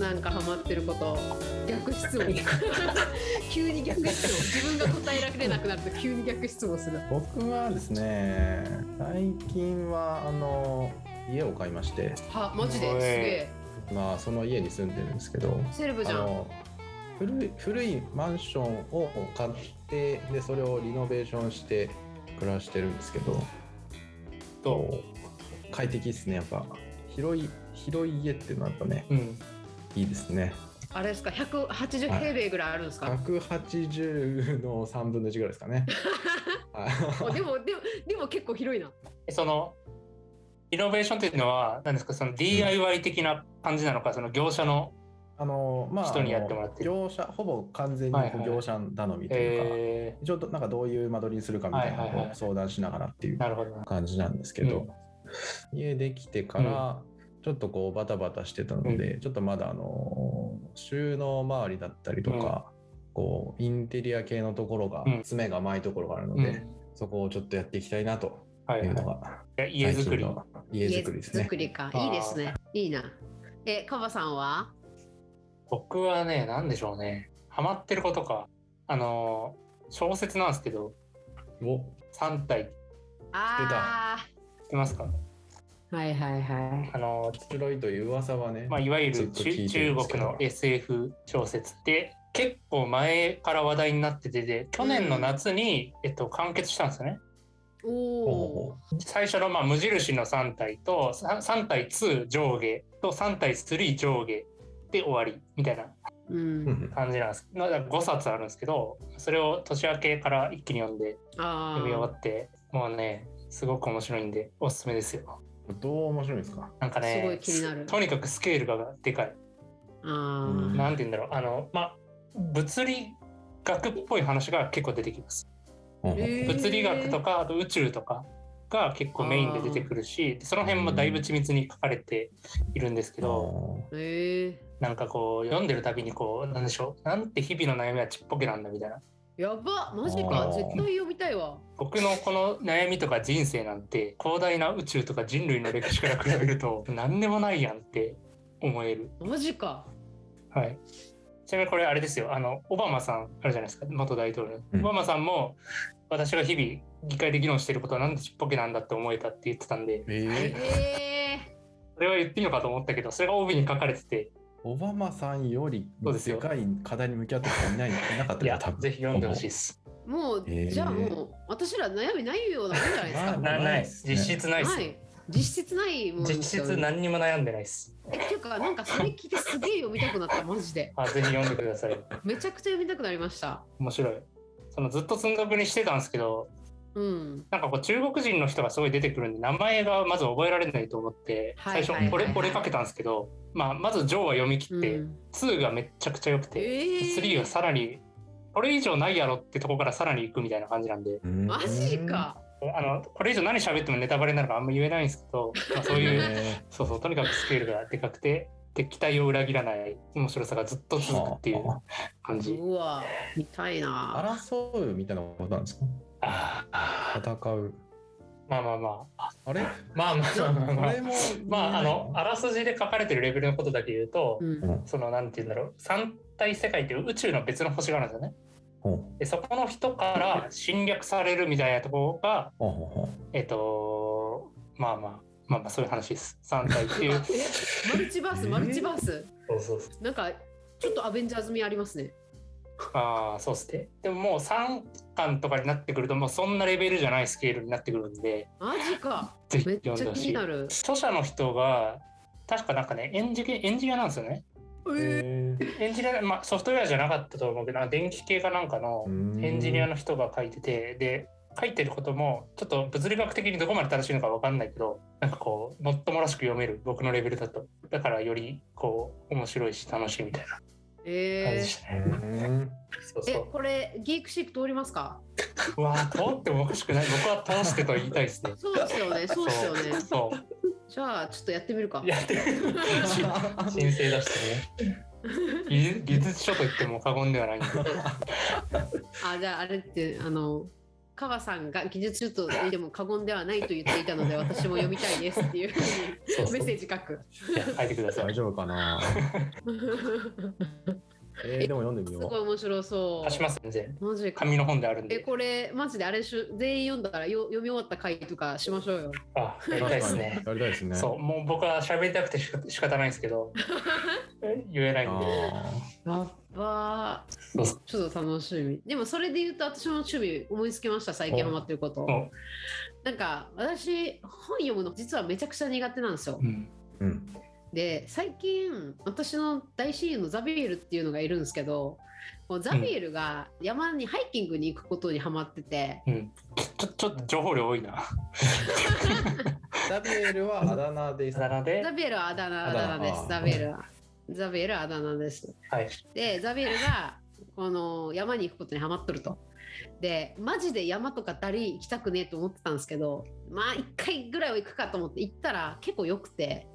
なんかハマってること逆質問 急に逆質問自分が答えられなくなると急に逆質問する僕はですね最近はあの家を買いましてはマジですげえまあその家に住んでるんですけどセレブじゃあんの古い古いマンションを買ってでそれをリノベーションして暮らしてるんですけどど快適ですねやっぱ広い広い家っていうのはやっぱねう、うん、いいですねあれですか180はい平米ぐらいあるんです か、 180の3分の1ぐらいですか ねはいあでもでもでも結構広いなそのリノベーションっていうのは何ですかその DIY 的な感じなのか、その業者のあのまあ人にやってもらってあの業者ほぼ完全にはいはい業者頼みというか、えちょっとなんかどういう間取りにするかみたいなはいはいのはをい相談しながらっていうー、なるほどな感じなんですけど、家できてからちょっとこうバタバタしてたので、ちょっとまだあの収納周りだったりとか、こうインテリア系のところがうん詰めが甘いところがあるのうんで、そこをちょっとやっていきたいなとはいいうのはがい、家づくり最近の家づくりです家ね作。りかあーいいですねいいなえカバさんは僕はね何でしょうねハマってることかあの小説なんですけどお3体知あってますかあはいはいはいあの、白いという噂はね、まあ、いわゆるずっと聞い中てる中んですけ国どの SF 小説で結構前から話題になっててで去年の夏に、えっと、完結したんですよねおほうおほ最初のまあ無印の3体とさ3体2上下と3体3上下で終わりみたいなううんん感じなんですだから5冊あるんですけどそれを年明けから一気に読んであ読み終あわってもうねすごく面白いんでおすすめですようんどう面白いんですかなんかねすごい気になるとにかくスケールがでかいあなんて言うんだろうあのまあ物理学っぽい話が結構出てきますうんーへー物理学とかあと宇宙とかが結構メインで出てくるしその辺もだいぶ緻密に書かれているんですけど、ええなんかこう読んでるたびにこうなんでしょうなんて日々の悩みはちっぽけなんだみたいなやばマジかあー絶対読みたいわ僕のこの悩みとか人生なんて広大な宇宙とか人類の歴史から比べると何でもないやんって思えるマジかはい。ちなみにこれあれですよ。あのオバマさんあるじゃないですか。元大統領。うんオバマさんも私が日々議会で議論していることはなんでちっぽけなんだって思えたって言ってたんで、えーええそれは言っていいのかと思ったけど、それが帯に書かれてて、オバマさんよりそうですでよかい課題に向き合ってる人いないいなかっいたやよ多分ぜひ読んでほしいです。もう、えーじゃあもう私ら悩みないようなもんじゃないですか。ま ななないいっですす。ね実質ないです。はい。実質ないもん実ですよ質何にも悩んでないです。えっていうかなんかそれ聞いてすげえ読みたくなったマジで。あ、ぜひ読んでください。めちゃくちゃ読みたくなりました。面白い。そのずっと寸読にしてたんですけど、うん。なんかこう中国人の人がすごい出てくるんで名前がまず覚えられないと思ってはい最初はいはいこはいれこれかけたんですけど、まあ、まず「ジョー」は読み切うって、ん、 2がめっちゃくちゃ良くえて、ー3がさらにこれ以上ないやろってとこからさらに行くみたいな感じなんでうんマジか。あのこれ以上何喋ってもネタバレになるからあんま言えないんですけど、まあ、そういう えそうそうとにかくスケールがでかくてで期待を裏切らない面白さがずっとー続くっていうあ感じ。うわ見たいな。争うみたいなことなんですかああ戦うまあまあまああれ まあまあまあまこあれもまああのあらすじで書かれてるレベルのことだけ言うと、うん。そのなんて言うんだろう三体世界っていう宇宙の別の星があるんですよね。ほうでそこの人から侵略されるみたいなところがほうほうほうえっとまあまあまあまあそういう話です3体ってい うえマルチバースえーマルチバース、そうそうなんかちょっとアベンジャーズ味ありますね。ああそうっすねでももう3巻とかになってくるともうそんなレベルじゃないスケールになってくるんでマジか。ぜひめっち読ゃん気でほしにいなる。著者の人が確かなんかねエンジニアエンジニアなんですよねええーエンジニア、まあ、ソフトウェアじゃなかったと思うけどなんか電気系かなんかのエンジニアのの人が書いててで書いてることもちょっと物理学的にどこまで正しいのか分かんないけどなんかこうもっともらしく読める僕のレベルだとだからよりこう面白いし楽しいみたいなー、え感じーでしたね。そうえそこれギークシップ通りますかう。うわー通ってもおかしくない。僕は通してと言いたいですね。そうですよ ねそうですよねそじゃあちょっとやってみるかう。やってる。申請出してね。技術技術書と言っても過言ではないんで。あじゃああれってあのか川さんが技術書と言っても過言ではないと言っていたので私も読みたいですっていうふうにそうそうメッセージ書く。いや書いてくださ大い。丈夫かな えーでも読んでみすよごいう面白そ貸します、全然。う。マジか。紙の本であるんえで。これマジであれでしょ全員読んだからよ読み終わった回とかしましょうよ。あ、やりたいですね。やりたいですねそう、もう僕は喋りたくてしか仕方ないんですけど、え言えないんあで。やっばそうそうーちょっと楽しみ。でもそれで言うと私も趣味思いつきました最近ハマってること。そなんか私本読むの実はめちゃくちゃ苦手なんですよう。うん。ーうんで最近私の大親友のザビエルっていうのがいるんですけどもうザビエルが山にハイキングに行くことにハマってて、うん。ちょ、ちょっと情報量多いな。ザビエルはあだ名ですあだ名でザ、ビエルはあだ名ああだだ名名ですあーザビエルはザビエルはあだ名ですはい。でザビエルがこの山に行くことにハマっとるとでマジで山とかダリ行きたくねえと思ってたんですけどまあ1回ぐらいは行くかと思って行ったら結構よくて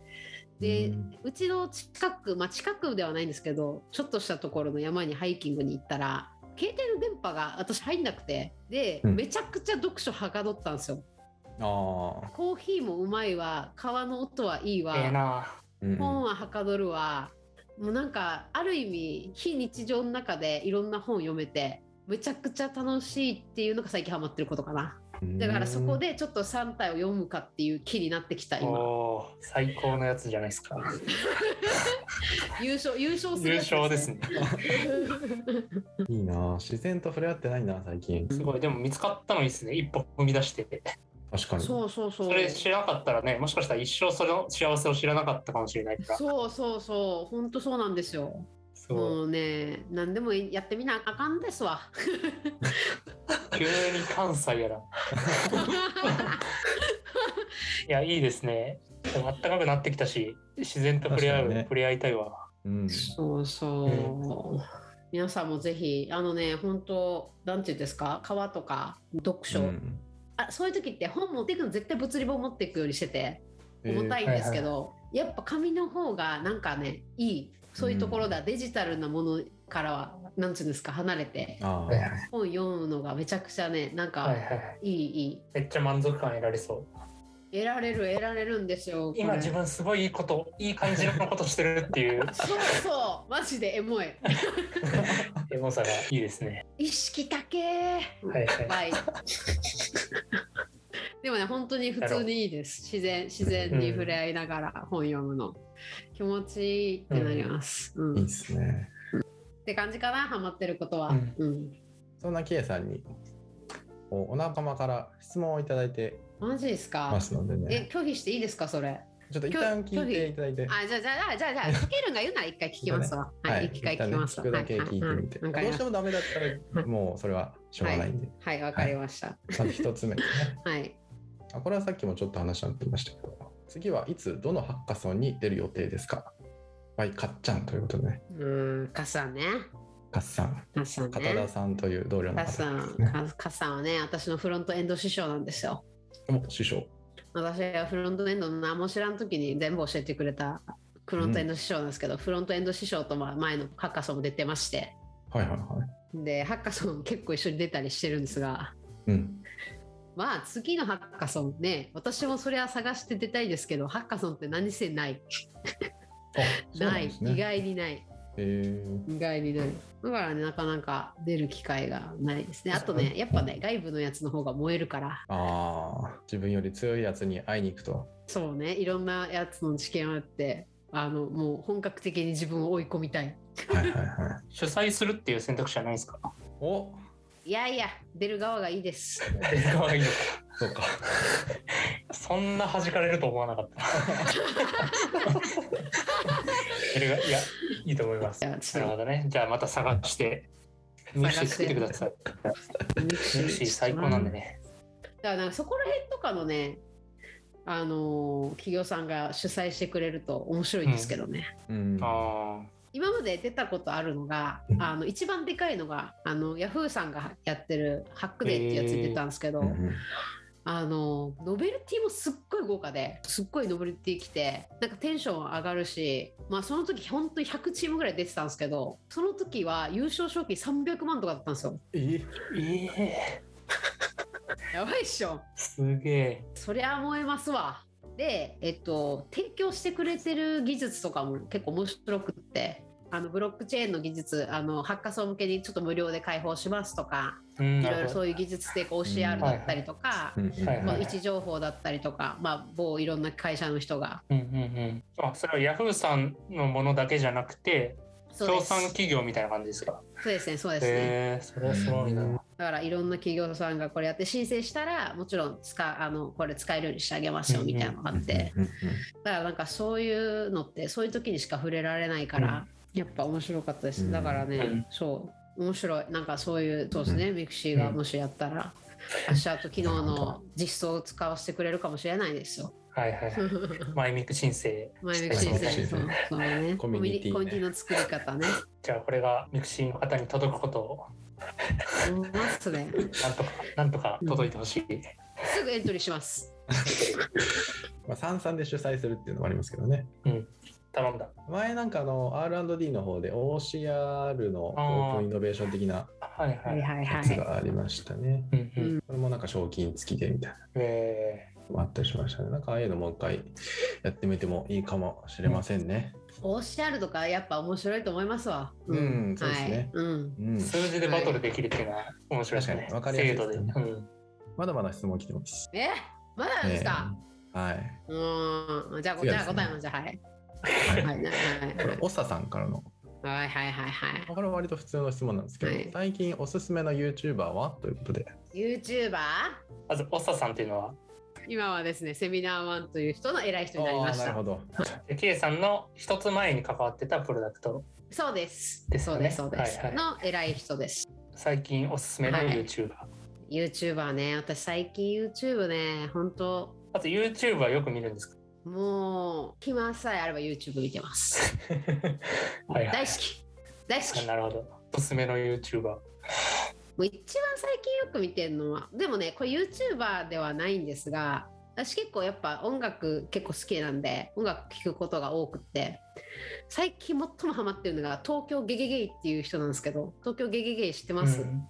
で、うんうちの近く、まあ、近くではないんですけどちょっとしたところの山にハイキングに行ったら携帯の電波が私入んなくてで、うんめちゃくちゃ読書はかどったんですよ。ああコーヒーもうまいわ川の音はいいわ、ええな。うんうん本ははかどるわもうなんかある意味非日常の中でいろんな本読めてめちゃくちゃ楽しいっていうのが最近ハマってることかなだからそこでちょっと3体を読むかっていう気になってきたお今おー、最高のやつじゃないですか。優勝優勝する優やつ勝ですね。 いいな自然と触れ合ってないな最近すごい、でも見つかったのいいですね。一歩踏み出してて。確かにそうそうそうそれ知らなかったらね、もしかしたら一生その幸せを知らなかったかもしれないから。そうそうそう本当そうなんですよそう。もうね何でもやってみなあかんです わ急に関西やら。いや、いいですね。でもあったかくなってきたし、自然と触れ合う、確かにね触れ合いたいわ。うんそうそう。皆さんもぜひあのね本当なんていうんですか川とか読書、うんあそういう時って本持っていくの絶対物理本持っていくようにしててえー重たいんですけど、やっぱ紙の方がなんかねいいそういうところだ、デジタルなものからはなんていうんですか離れてあはいはあい本読むのがめちゃくちゃねなんか、はいいはい。いいいめっちゃ満足感得られそう。得られる得られるんですよこれ今自分すごいいいこと、いい感じのことしてるっていうそうそうマジでエモいエモさがいいですね。意識だけ はいは い。はい。でもね本当に普通にいいです自然自然に触れ合いながら本読むの、気持ちいいってなります、うんいいっですねて感じかなハマってることは、うんうんそんな K さんにおお仲間から質問をいただいてマジですかますのでえね拒否していいですかそれちょっと一旦聞いていただいてあじゃあじゃあじゃあじゃ あじゃあかけるんが言うなら一回聞きますわ、ははいい一回聞きますわ、一旦ね聞くだけ聞いてみて、はいはいはどういしてもダメだったらもうそれはしょうがないんで、はいわかりましたまず一つ目ですねはいあこれはさっきもちょっと話し合ってましたけど次はいつどのハッカソンに出る予定ですかはいかっちゃんということでねうーんカさんねかっさんカさんね片田さんという同僚のカ方さんですね カカさんはね私のフロントエンド師匠なんですよお師匠私がフロントエンドの何も知らん時に全部教えてくれたフロントエンド師匠なんですけど、フロントエンド師匠とまあ前のハッカソンも出てましてはいはいはいでハッカソン結構一緒に出たりしてるんですがうんまあ次のハッカソンね私もそれは探して出たいですけどハッカソンって何せないあそうなんいですね意外にないえー意外にないだからねなかなか出る機会がないですねあとねやっぱね外部のやつの方が燃えるからああ自分より強いやつに会いに行くとそうねいろんなやつの知見あってあのもう本格的に自分を追い込みたいはいはいはい 主催するっていう選択肢はないです かおいやいや、出る側がいいです。出る側がいいのかそうかそんな弾かれると思わなかった。出る側いや、いいと思います。いなやちょるっほどね。じゃあまた探して、ミクシー作ってください。とミクミクシー最高なんでね。ね。だからなんかそこら辺とかのね、あのー企業さんが主催してくれると面白いんですけどね。うんあ今まで出たことあるのが、うんあの一番でかいのが、あのヤフーさんがやってるハックデーってやつに出たんですけど、うんあのノベルティもすっごい豪華ですっごいノベルティ来てなんかテンション上がるし、まあ、その時本当に100チームぐらい出てたんですけどその時は優勝賞金300万とかだったんですよ。えあ。ええやばいっしょすげえ。そりゃ燃えますわでえっと提供してくれてる技術とかも結構面白くってあのブロックチェーンの技術あのハッカソン向けにちょっと無料で開放しますとかうんいろいろうそういう技術でこう OCR だったりとか、うんはいはいまあ、位置情報だったりとか、まあ、某いろんな会社の人がんうんうん。あ、それはヤフーさんのものだけじゃなくて、そう協です賛企業みたいな感じですか。そうですねそうですね。へえ、それはすごいな。うんだからいろんな企業さんがこれやって申請したらもちろん使あのこれ使えるようにしてあげますよみたいなのがあってうんうんだからなんかそういうのってそういう時にしか触れられないからやっぱ面白かったでうすんだからうんねそう面白いなんかそういうそうですねミクシーがもしやった ら明日と昨日の実装を使わせてくれるかもしれないです よ。はいはい。マイミク申請。前ミクシー申先請生のそうねココミミュュニニティねコミュニティの作り方ね。じゃあこれがミクシーの方に届くことを思いますね。なんとかなんとか届いてほしい。すぐエントリーします。まあ、三々で主催するっていうのもありますけどね。頼んだ。前なんかあの R&D の方で OCR のあーオープンイノベーション的なはいはい。はいやつがありましたね。うんうん。これもなんか賞金付きでみたいなえのもあったりしましたね。なんかああいうのもう一回やってみてもいいかもしれませんね。 OCR とかやっぱ面白いと思いますわ。うんそうですねはいうんうんー、数字でバトルできるっていうのは面白いですね。確かに分かりやすいですね精度で。うんまだまだ質問来てます。えまだなんですか、えーはい。うーんじゃあ、次じはゃであすね答えますじゃあはいははいいはいはいこれ、オサさんからの。はいはいはいはいこれは割と普通の質問なんですけど、はい最近おすすめの YouTuber はということで。 YouTuber まず、オッサさんっていうのは、今はですねセミナーワンという人の偉い人になりましあーなるたほど。 K さんの一つ前に関わってたプロダクト、そうですですそようねですそうです、はいはいの偉い人です最近おすすめのはい YouTuber。 YouTuber ね私最近 YouTube ね本当あと YouTube はよく見るんですかもう暇さえあれば YouTube 見てますはいはい大好き大好きあなるほど。おすすめの YouTuber。もう一番最近よく見てるのはでもねこれ YouTuber ではないんですが私結構やっぱ音楽結構好きなんで音楽聴くことが多くって最近最もハマってるのが東京ゲゲゲイっていう人なんですけど東京ゲゲゲイ知ってます、うん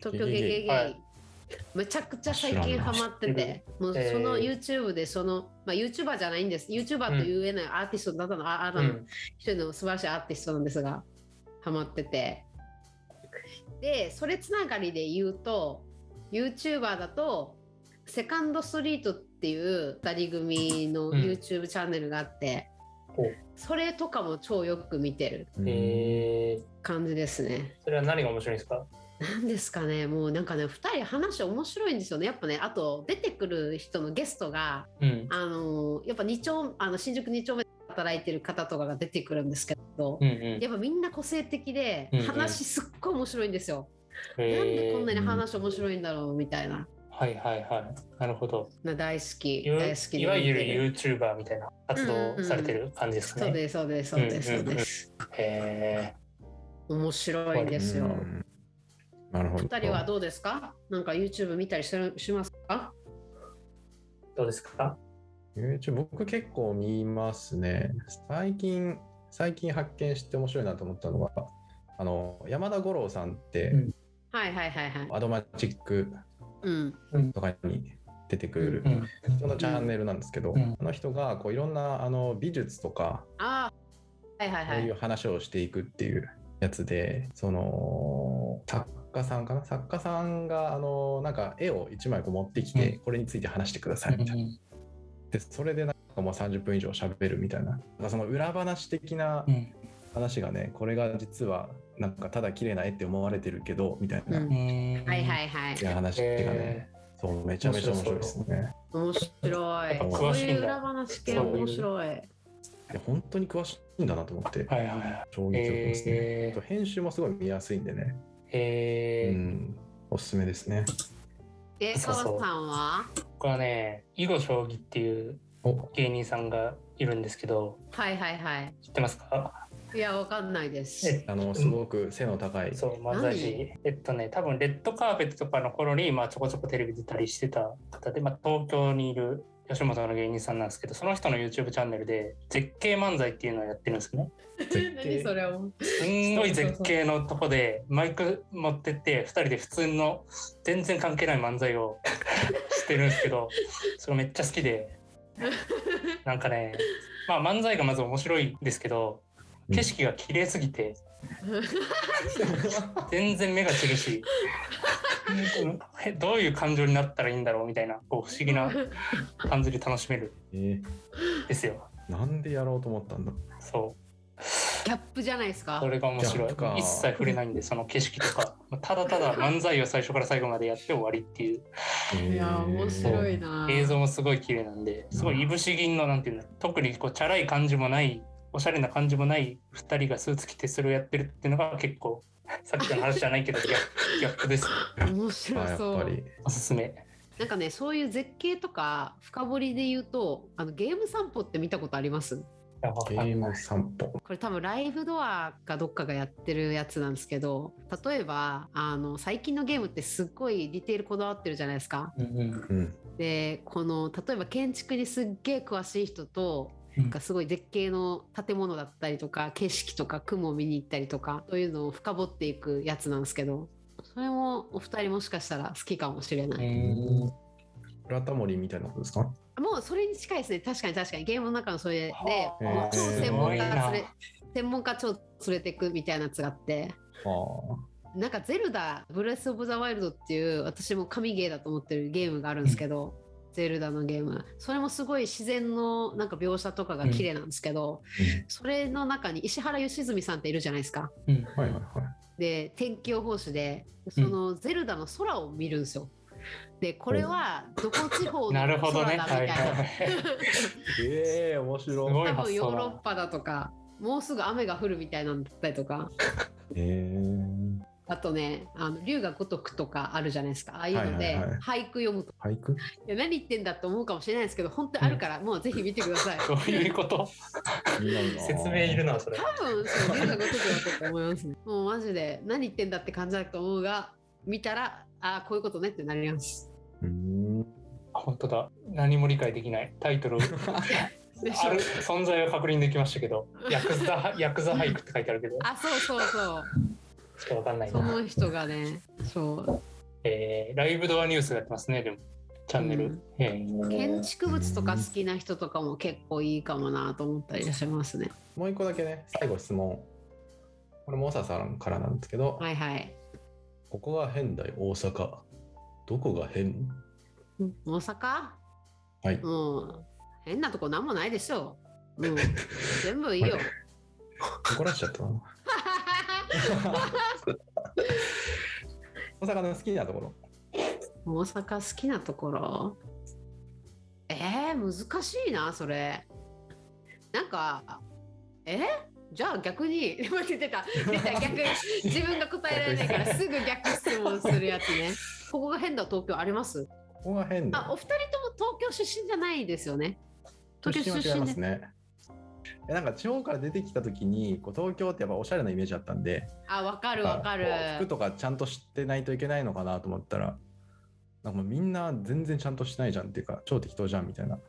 東京ゲゲゲイゲゲゲイはいめちゃくちゃ最近ハマって知らないてもうえーその YouTube でその、まあ、YouTuber じゃないんです YouTuber と言えないアーティストだったの、ああなうのん一人の素晴らしいアーティストなんですがハマっててでそれつながりで言うと YouTuber だとセカンドストリートっていう2人組のうん YouTube チャンネルがあって、ほうそれとかも超よく見てるえー、感じですね。それは何が面白いんですかなんですかねもうなんかね2人話面白いんですよねやっぱねあと出てくる人のゲストがうん。あのやっぱ2丁あの新宿2丁目で働いてる方とかが出てくるんですけど、うんうん。やっぱみんな個性的でうんうん話すっごい面白いんですよ。なんえでこんなーに話面白いんだろうみたいな。はいはいはい。なるほど。な大好き、いわ大好きいでわゆ見るてる YouTuber みたいな活動をされてる感じですかね。そうです、そうです、そうです、うんそううんうんです。へ面白いですよう。んなるほど。二人はどうですかなんか YouTube 見たりしてるしますかえどうですか YouTube 僕結構見ますね。最近、最近発見して面白いなと思ったのが、あの、山田五郎さんって、うんはいはいはいはい。アドマチックうん。とかに出てくるうん。人のチャンネルなんですけど、うんあの人がこういろんなあの美術とか、ああ。はいはいそうはいい。う話をしていくっていうやつで、その、作家さんかな作家さんが、あの、なんか絵を一枚こう持ってきて、これについて話してくださいみたいな。でそれでなんかもう30分以上喋るみたいななんかその裏話的なうん話がねこれが実はなんかただ綺麗な絵って思われてるけどみたいな、ういんうんはいはいはい。や話がね、えそうめちゃめちゃ面白いですね面白やいっぱ。そ詳うしいんだいう裏話系面白い。いや本当に詳しいんだなと思って、ーはいはいはい。衝撃を受けますね、あえと編集もすごい見やすいんでね、ーえうーんおすすめですねえ、そう川そうさんは僕はね、囲碁将棋っていうお芸人さんがいるんですけど、はいはいはい。知ってますかいや、わかんないです。えあのすごく背の高い、そう、漫才師。えっとね、多分レッドカーペットとかの頃に、まあ、ちょこちょこテレビ出たりしてた方で、まあ、東京にいる吉本の芸人さんなんですけどその人の YouTube チャンネルで絶景漫才っていうのをやってるんですね絶景何それもすんごい絶景のとこでマイク持ってって2人で普通の全然関係ない漫才をしてるんですけどそれめっちゃ好きでなんかねまあ漫才がまず面白いんですけど景色が綺麗すぎて全然目が散るしうんえどういう感情になったらいいんだろうみたいなこう不思議な感じで楽しめるえんですよーなんでやろうと思ったんだそうギャップじゃないですかそれが面白ジャンプかい。一切触れないんで、その景色と か。ただただ漫才を最初から最後までやって終わりっていう。いやー面白いいな映像もすごい綺麗なんで、すごいいぶし銀の、なんていうんだろう特にこう、チャラい感じもない、おしゃれな感じもない2人がスーツ着てそれをやってるっていうのが結構、さっきの話じゃないけど、ギャ ップギャップです。面白あやっそぱうりおすすめ。なんかねそういう絶景とか深掘りで言うとあのゲーム散歩って見たことありますやばゲーム散歩これ多分ライブドアかどっかがやってるやつなんですけど例えばあの最近のゲームってすっごいディテールこだわってるじゃないですか。うんうんうんでこの例えば建築にすっげえ詳しい人とうんなんかすごい絶景の建物だったりとか景色とか雲を見に行ったりとかそういうのを深掘っていくやつなんですけどそれもお二人もしかしたら好きかもしれない。うんラタモリみたいなことですかもうそれに近いですね確かに確かにゲームの中のそれではあもう超へえ専門すごい家な連れ専門家超連れてくみたいなやつがあってあなんか「ゼルダブレス・オブ・ザ・ワイルド」っていう私も神ゲーだと思ってるゲームがあるんですけど、ゼルダのゲームそれもすごい自然のなんか描写とかが綺麗なんですけど、うんそれの中に石原良純さんっているじゃないですか。うんあはいはいはいで天気予報士でそのゼルダの空を見るんですよ。でこれはどこ地方の な空だるほどね。みたはいいなはいはい。ええ面す白いごい多分発ヨ想ーロッだ。パだとかもうすぐ雨が降るみたいなんだったりとかえー、あとねあの龍が如くとかあるじゃないですかああいうのはいではいは俳い句読むと、俳句いや何言ってんだって思うかもしれないですけど本当にあるから、もうぜひ見てくだ さい多どういうこと説明いるな、それ。分そう龍が如くだったと思いますねもうマジで何言ってんだって感じだと思うが見たらああこういうことねってなりますうーん本当だ何も理解できないタイトルでしあょる存在は確認できましたけどヤクザヤクザ俳句って書いてあるけどあそうそうそうちょっとわかんないそな、の人がねそうえーライブドアニュースやってますねでもチャンネル、うんえー建築物とか好きな人とかも結構いいかもなと思ったりしますねもう一個だけね最後質問これもささんからなんですけど、はいはいここが変だよ大阪どこが変大阪はいもう変なとこなんもないでしょう。もう全部いい よ。怒らしちゃったな大阪の好きなところ大阪好きなところえー、難しいなそれ。なんかえじゃあ逆に 待って出た出 た逆自分が答えられないからすぐ逆質問するやつね。ここが変だ東京ありますここが変だあお二人とも東京出身じゃないですよね。東京は出違い身ま。ですねえなんか地方から出てきた時にこう東京ってやっぱおしゃれなイメージあったんであわかるわかるこ。う服とかちゃんと知ってないといけないのかなと思ったらなんかもうみんな全然ちゃんとしてないじゃんっていうか超適当じゃんみたいなっ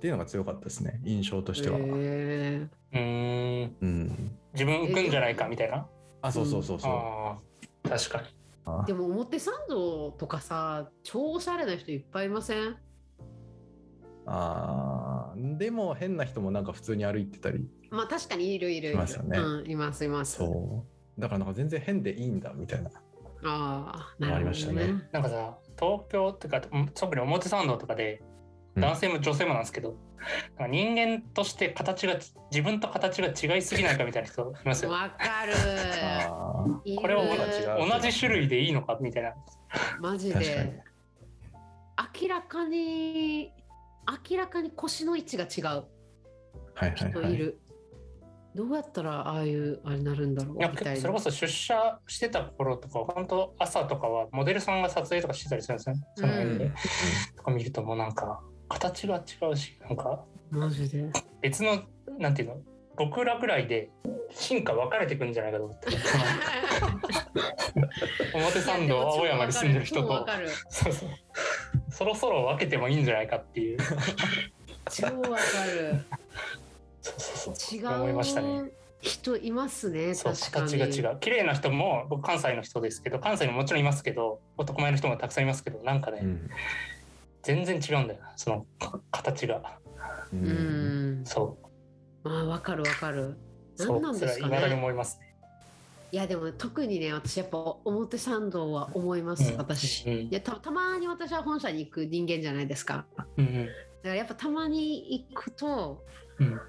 ていうのが強かったですね印象としては、へーうーんうん自分浮くんじゃないかみたいな、あそうそうそうそう、あー確かにでも表参道とかさ超おしゃれな人いっぱいいませんあーでも変な人もなんか普通に歩いてたりまあ確かにいるいるいるいますよねうん、いますいますそうだからなんか全然変でいいんだみたいなああなるほど、ね、ありましたねなんかさ東京っていうかうん特に表参道とかでうん男性も女性もなんですけど、なんか人間として形が自分と形が違いすぎないかみたいな人いますよわかるあーいるこれは同じだ同じ種類でいいのかみたいなマジ確かにで明らかに明らかに腰の位置が違うはいはい人はいいる、どうやったらああいうあれになるんだろういやみたいそれなこそ出社してた頃とか本当朝とかはモデルさんが撮影とかしてたりするんですよねその辺で、うとか見るともうなんか形が違うしなんかマジで別のなんていうの僕らぐらいで進化分かれてくんじゃないかと思って 表参道青山に住んでる人いやも超わとかるそうそうそろそろ分けてもいいんじゃないかっていう。超わかる。そうそうそう。違思いましたねう人いますね。そう確かに。形が違う。綺麗な人も僕関西の人ですけど関西にももちろんいますけど男前の人もたくさんいますけどなんかね、うん全然違うんだよなそのか形が。ううんん。そうまあわかるわかる。そ何うなんそでれはすか未だにね。思いますね。いやでも特にね私やっぱ表参道は思います、うん私。ういんやたたまに私は本社に行く人間じゃないですか。だかうんらやっぱたまに行くとうんうん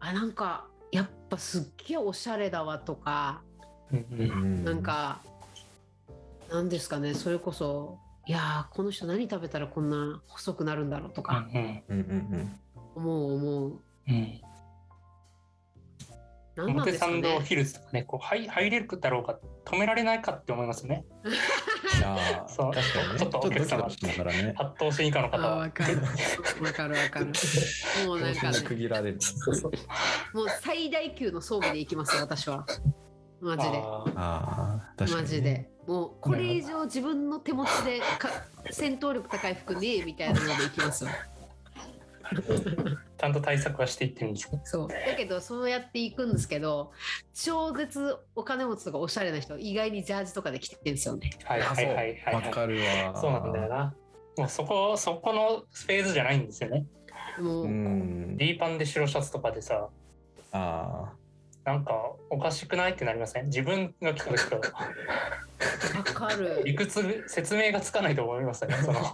あなんかやっぱすっげえおしゃれだわとかうんううんんなんか、なんですかね、それこそ、いやー、この人何食べたらこんな細くなるんだろうとか、うんうんうん思う思う。うんなんなん表ですか参道ね。ヒルズとかねこう入入れるだろうか止められないかって思いますよねいやーそう確かにねちちょょっっととおド客キ様ドキしながらね発動心以下のあ方ー、はわかる。わかるわ かる。もうなんか、ね、区切られるそうそうもう最大級の装備でいきますよ、私は。マジで。あーああ確かにマジで。もうこれ以上自分の手持ちで か戦闘力高い服ねえみたいなのでいきますよ。ちゃんと対策はしていってるんですねそうだけどそうやって行くんですけど超絶お金持ちとかおしゃれな人意外にジャージとかで着てるんですよね。はいはいはいはいわはかるわいそうなんだよなもうそこそこのフェーズじゃないんですよねもう、うんリーパンで白シャツとかでさあなんかおかしくないってなりません自分が来た時とわかる。理屈説明がつかないと思いますね そのあわ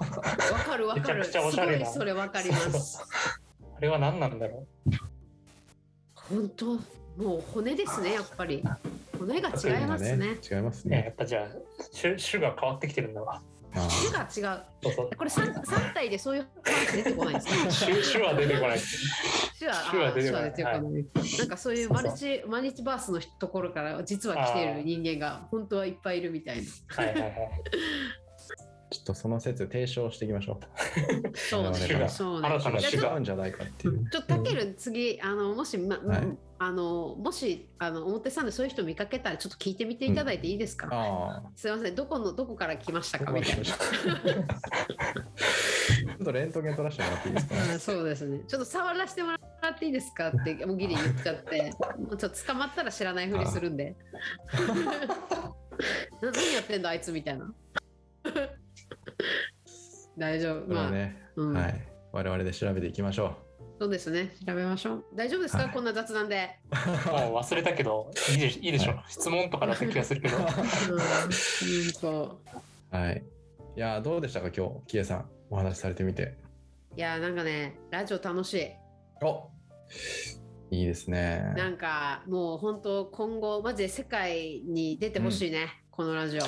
かるわかる。めちすゃくちゃおしゃごれいなそれわかります。れは何なんだろ本当もう骨ですねやっぱり。骨があ違いますね。違いますう、ね、ねやっぱじゃあ種種が変わってきてるんだわあ種ーが違う。そうそうこれ三三体でそういう話出てこないんですね。種種は出てこない手話手話出てこ手ない話出てこない。なんかそういうマルチマルチバースのところから実は来ていあるー人間が本当はいっぱいいるみたいな。はいはいはいちょっとその説提唱していきましょそう手ね。話そう新ねたな。う話が話が合うんじゃないかっていうちょっとたける次、あのもし、まはいあのもしあの表参道でそういう人見かけたらちょっと聞いてみていただいていいですか、ああすいませんどこのどこから来ましたちかみたいな。ょっとレントゲン取らせてもらっていいですかうんそうですねちょっと触らせてもらっていいですか ってもうギリ言っちゃってもうちょっと捕まったら知らないふりするん でな何やってんだあいつみたいな大丈夫それまをあ、ね、うんはい我々で調べていきましょそうですね調べましょう大丈夫ですか、はいこんな雑談で、もう忘れたけどいいでいいでしょは質問とかだった気がするけどうん、うんとうはいいやーどうでしたか今日キエさんお話しされてみていやーなんかねラジオ楽しいおいいですねなんかもう本当今後マジで世界に出てほしいね、このラジオ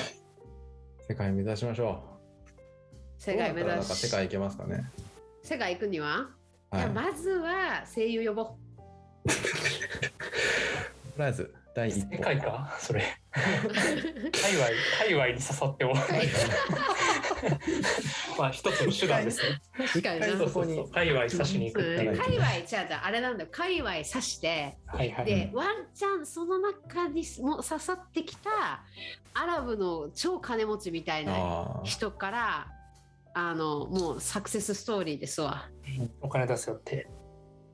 世界目指しましょう世界目どうだ指ったらなんかし世界行けますかね世界行くには、い、はいやとまずは声優呼ぼうりあえず第一世歩界かそ れ界隈界隈に刺さってもまあ一つの手段ですね確かにな一回そうそそそこうにそう界隈刺しに行くうっていねう界隈違う違うあれなんだよ界隈刺してはいはでい、ワンチャンその中にも刺さってきたアラブの超金持ちみたいなあ人からあのもうサクセスストーリーですわお金出すよって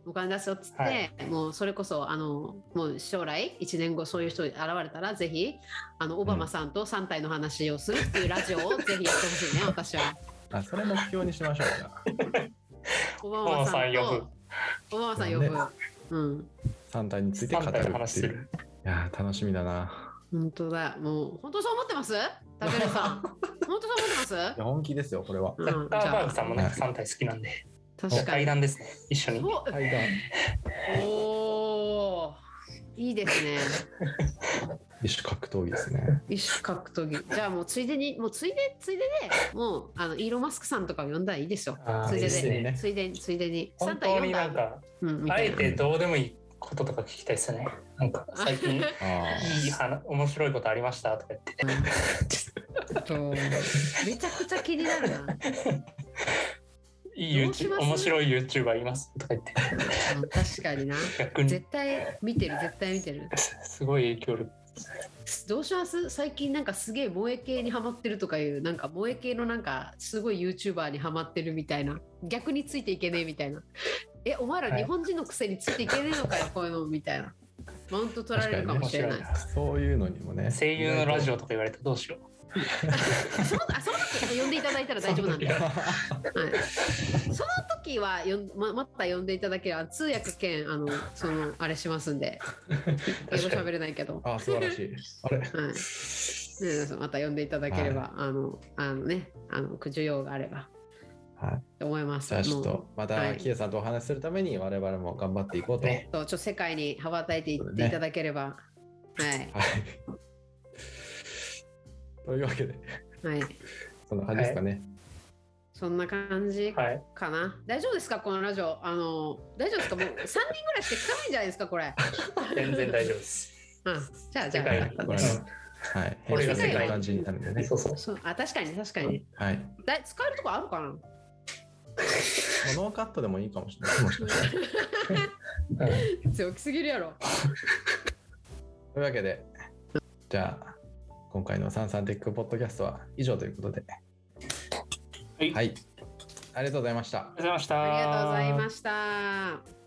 お金出すよっつって、はいもうそれこそあのもう将来1年後そういう人現れたらぜひあのオバマさんと3体の話をするっていうラジオをぜひやってほしい ね私はーあそれ目標にしましょうじゃあオバマさんオバマさんとオバマさん呼ぶなんうん三体について語る三体のっ話てすいるういやー楽しみだな本当だもう本当そう思ってますタケルさん本当そう思ってますいや本気ですよこれはうザッんカーバーグさんもじゃねはい三体好きなんであ確か対に談ですね一緒にお対談おーいいですね一種格闘技ですね一種格闘技じゃあもうついでにもうついでついででもうあのイーロン・マスクさんとか呼んだらいいですよあーついいでいでですねついでについでに本3体当呼んになだんかうんみあたいえなてどうでもいいこととか聞きたいですよねなんか最 近いあーい話面白いことありましたとか言ってうんとめちゃくちゃ気になるな、うんいいどうし YouTube ます面白い YouTuber いますとか言って確かにな逆に絶対見てる絶対見てるすごい影響力どうします最近なんかすげえ萌え系にハマってるとかいうなんか萌え系のなんかすごい YouTuber にハマってるみたいな逆についていけねえみたいなえお前ら日本人のくせについていけねえのかよこういうのみたいなマウント取られるかもしれない。確かにねそういうのにもね。声優のラジオとか言われてどうしよう。あそのあその時呼んでいただいたら大丈夫 なんで、はい、その時はよんままた呼んでいただければ通訳兼あのそのあれしますんで英語喋れないけど。あ、素晴らしい。あれ。はいねそうまた呼んでいただければ、あの、あのね、あの、需要があれば、はい。と思います。じゃあちょっもとまたキエさんとお話しするために我々も頑張っていこうと。はねう、い。そうちょっと世界に羽ばたいていっていただければ。というわけではい、はい、そんな感じですかね。そんな感じはい。かな。大丈夫ですか、このラジオ、あの、大丈夫ですか、もう 三人ぐらいして聞かないんじゃないですか、これ。全然大丈夫 です。うん、じゃあ、じゃ世あ、界よにかったはでい。すはい。これが世界な感じになるんでね。そうそう。そう、あ、確かに、確かに、はい。だ、使えるとこあるかな。このカットでもいいかもしれない。もしかしたらうん強気すぎるやろ。というわけで、じゃあ、今回のサンサンテックポッドキャストは以上ということで。いはい。ありがとうございましたありがとうございました。ありがとうございました。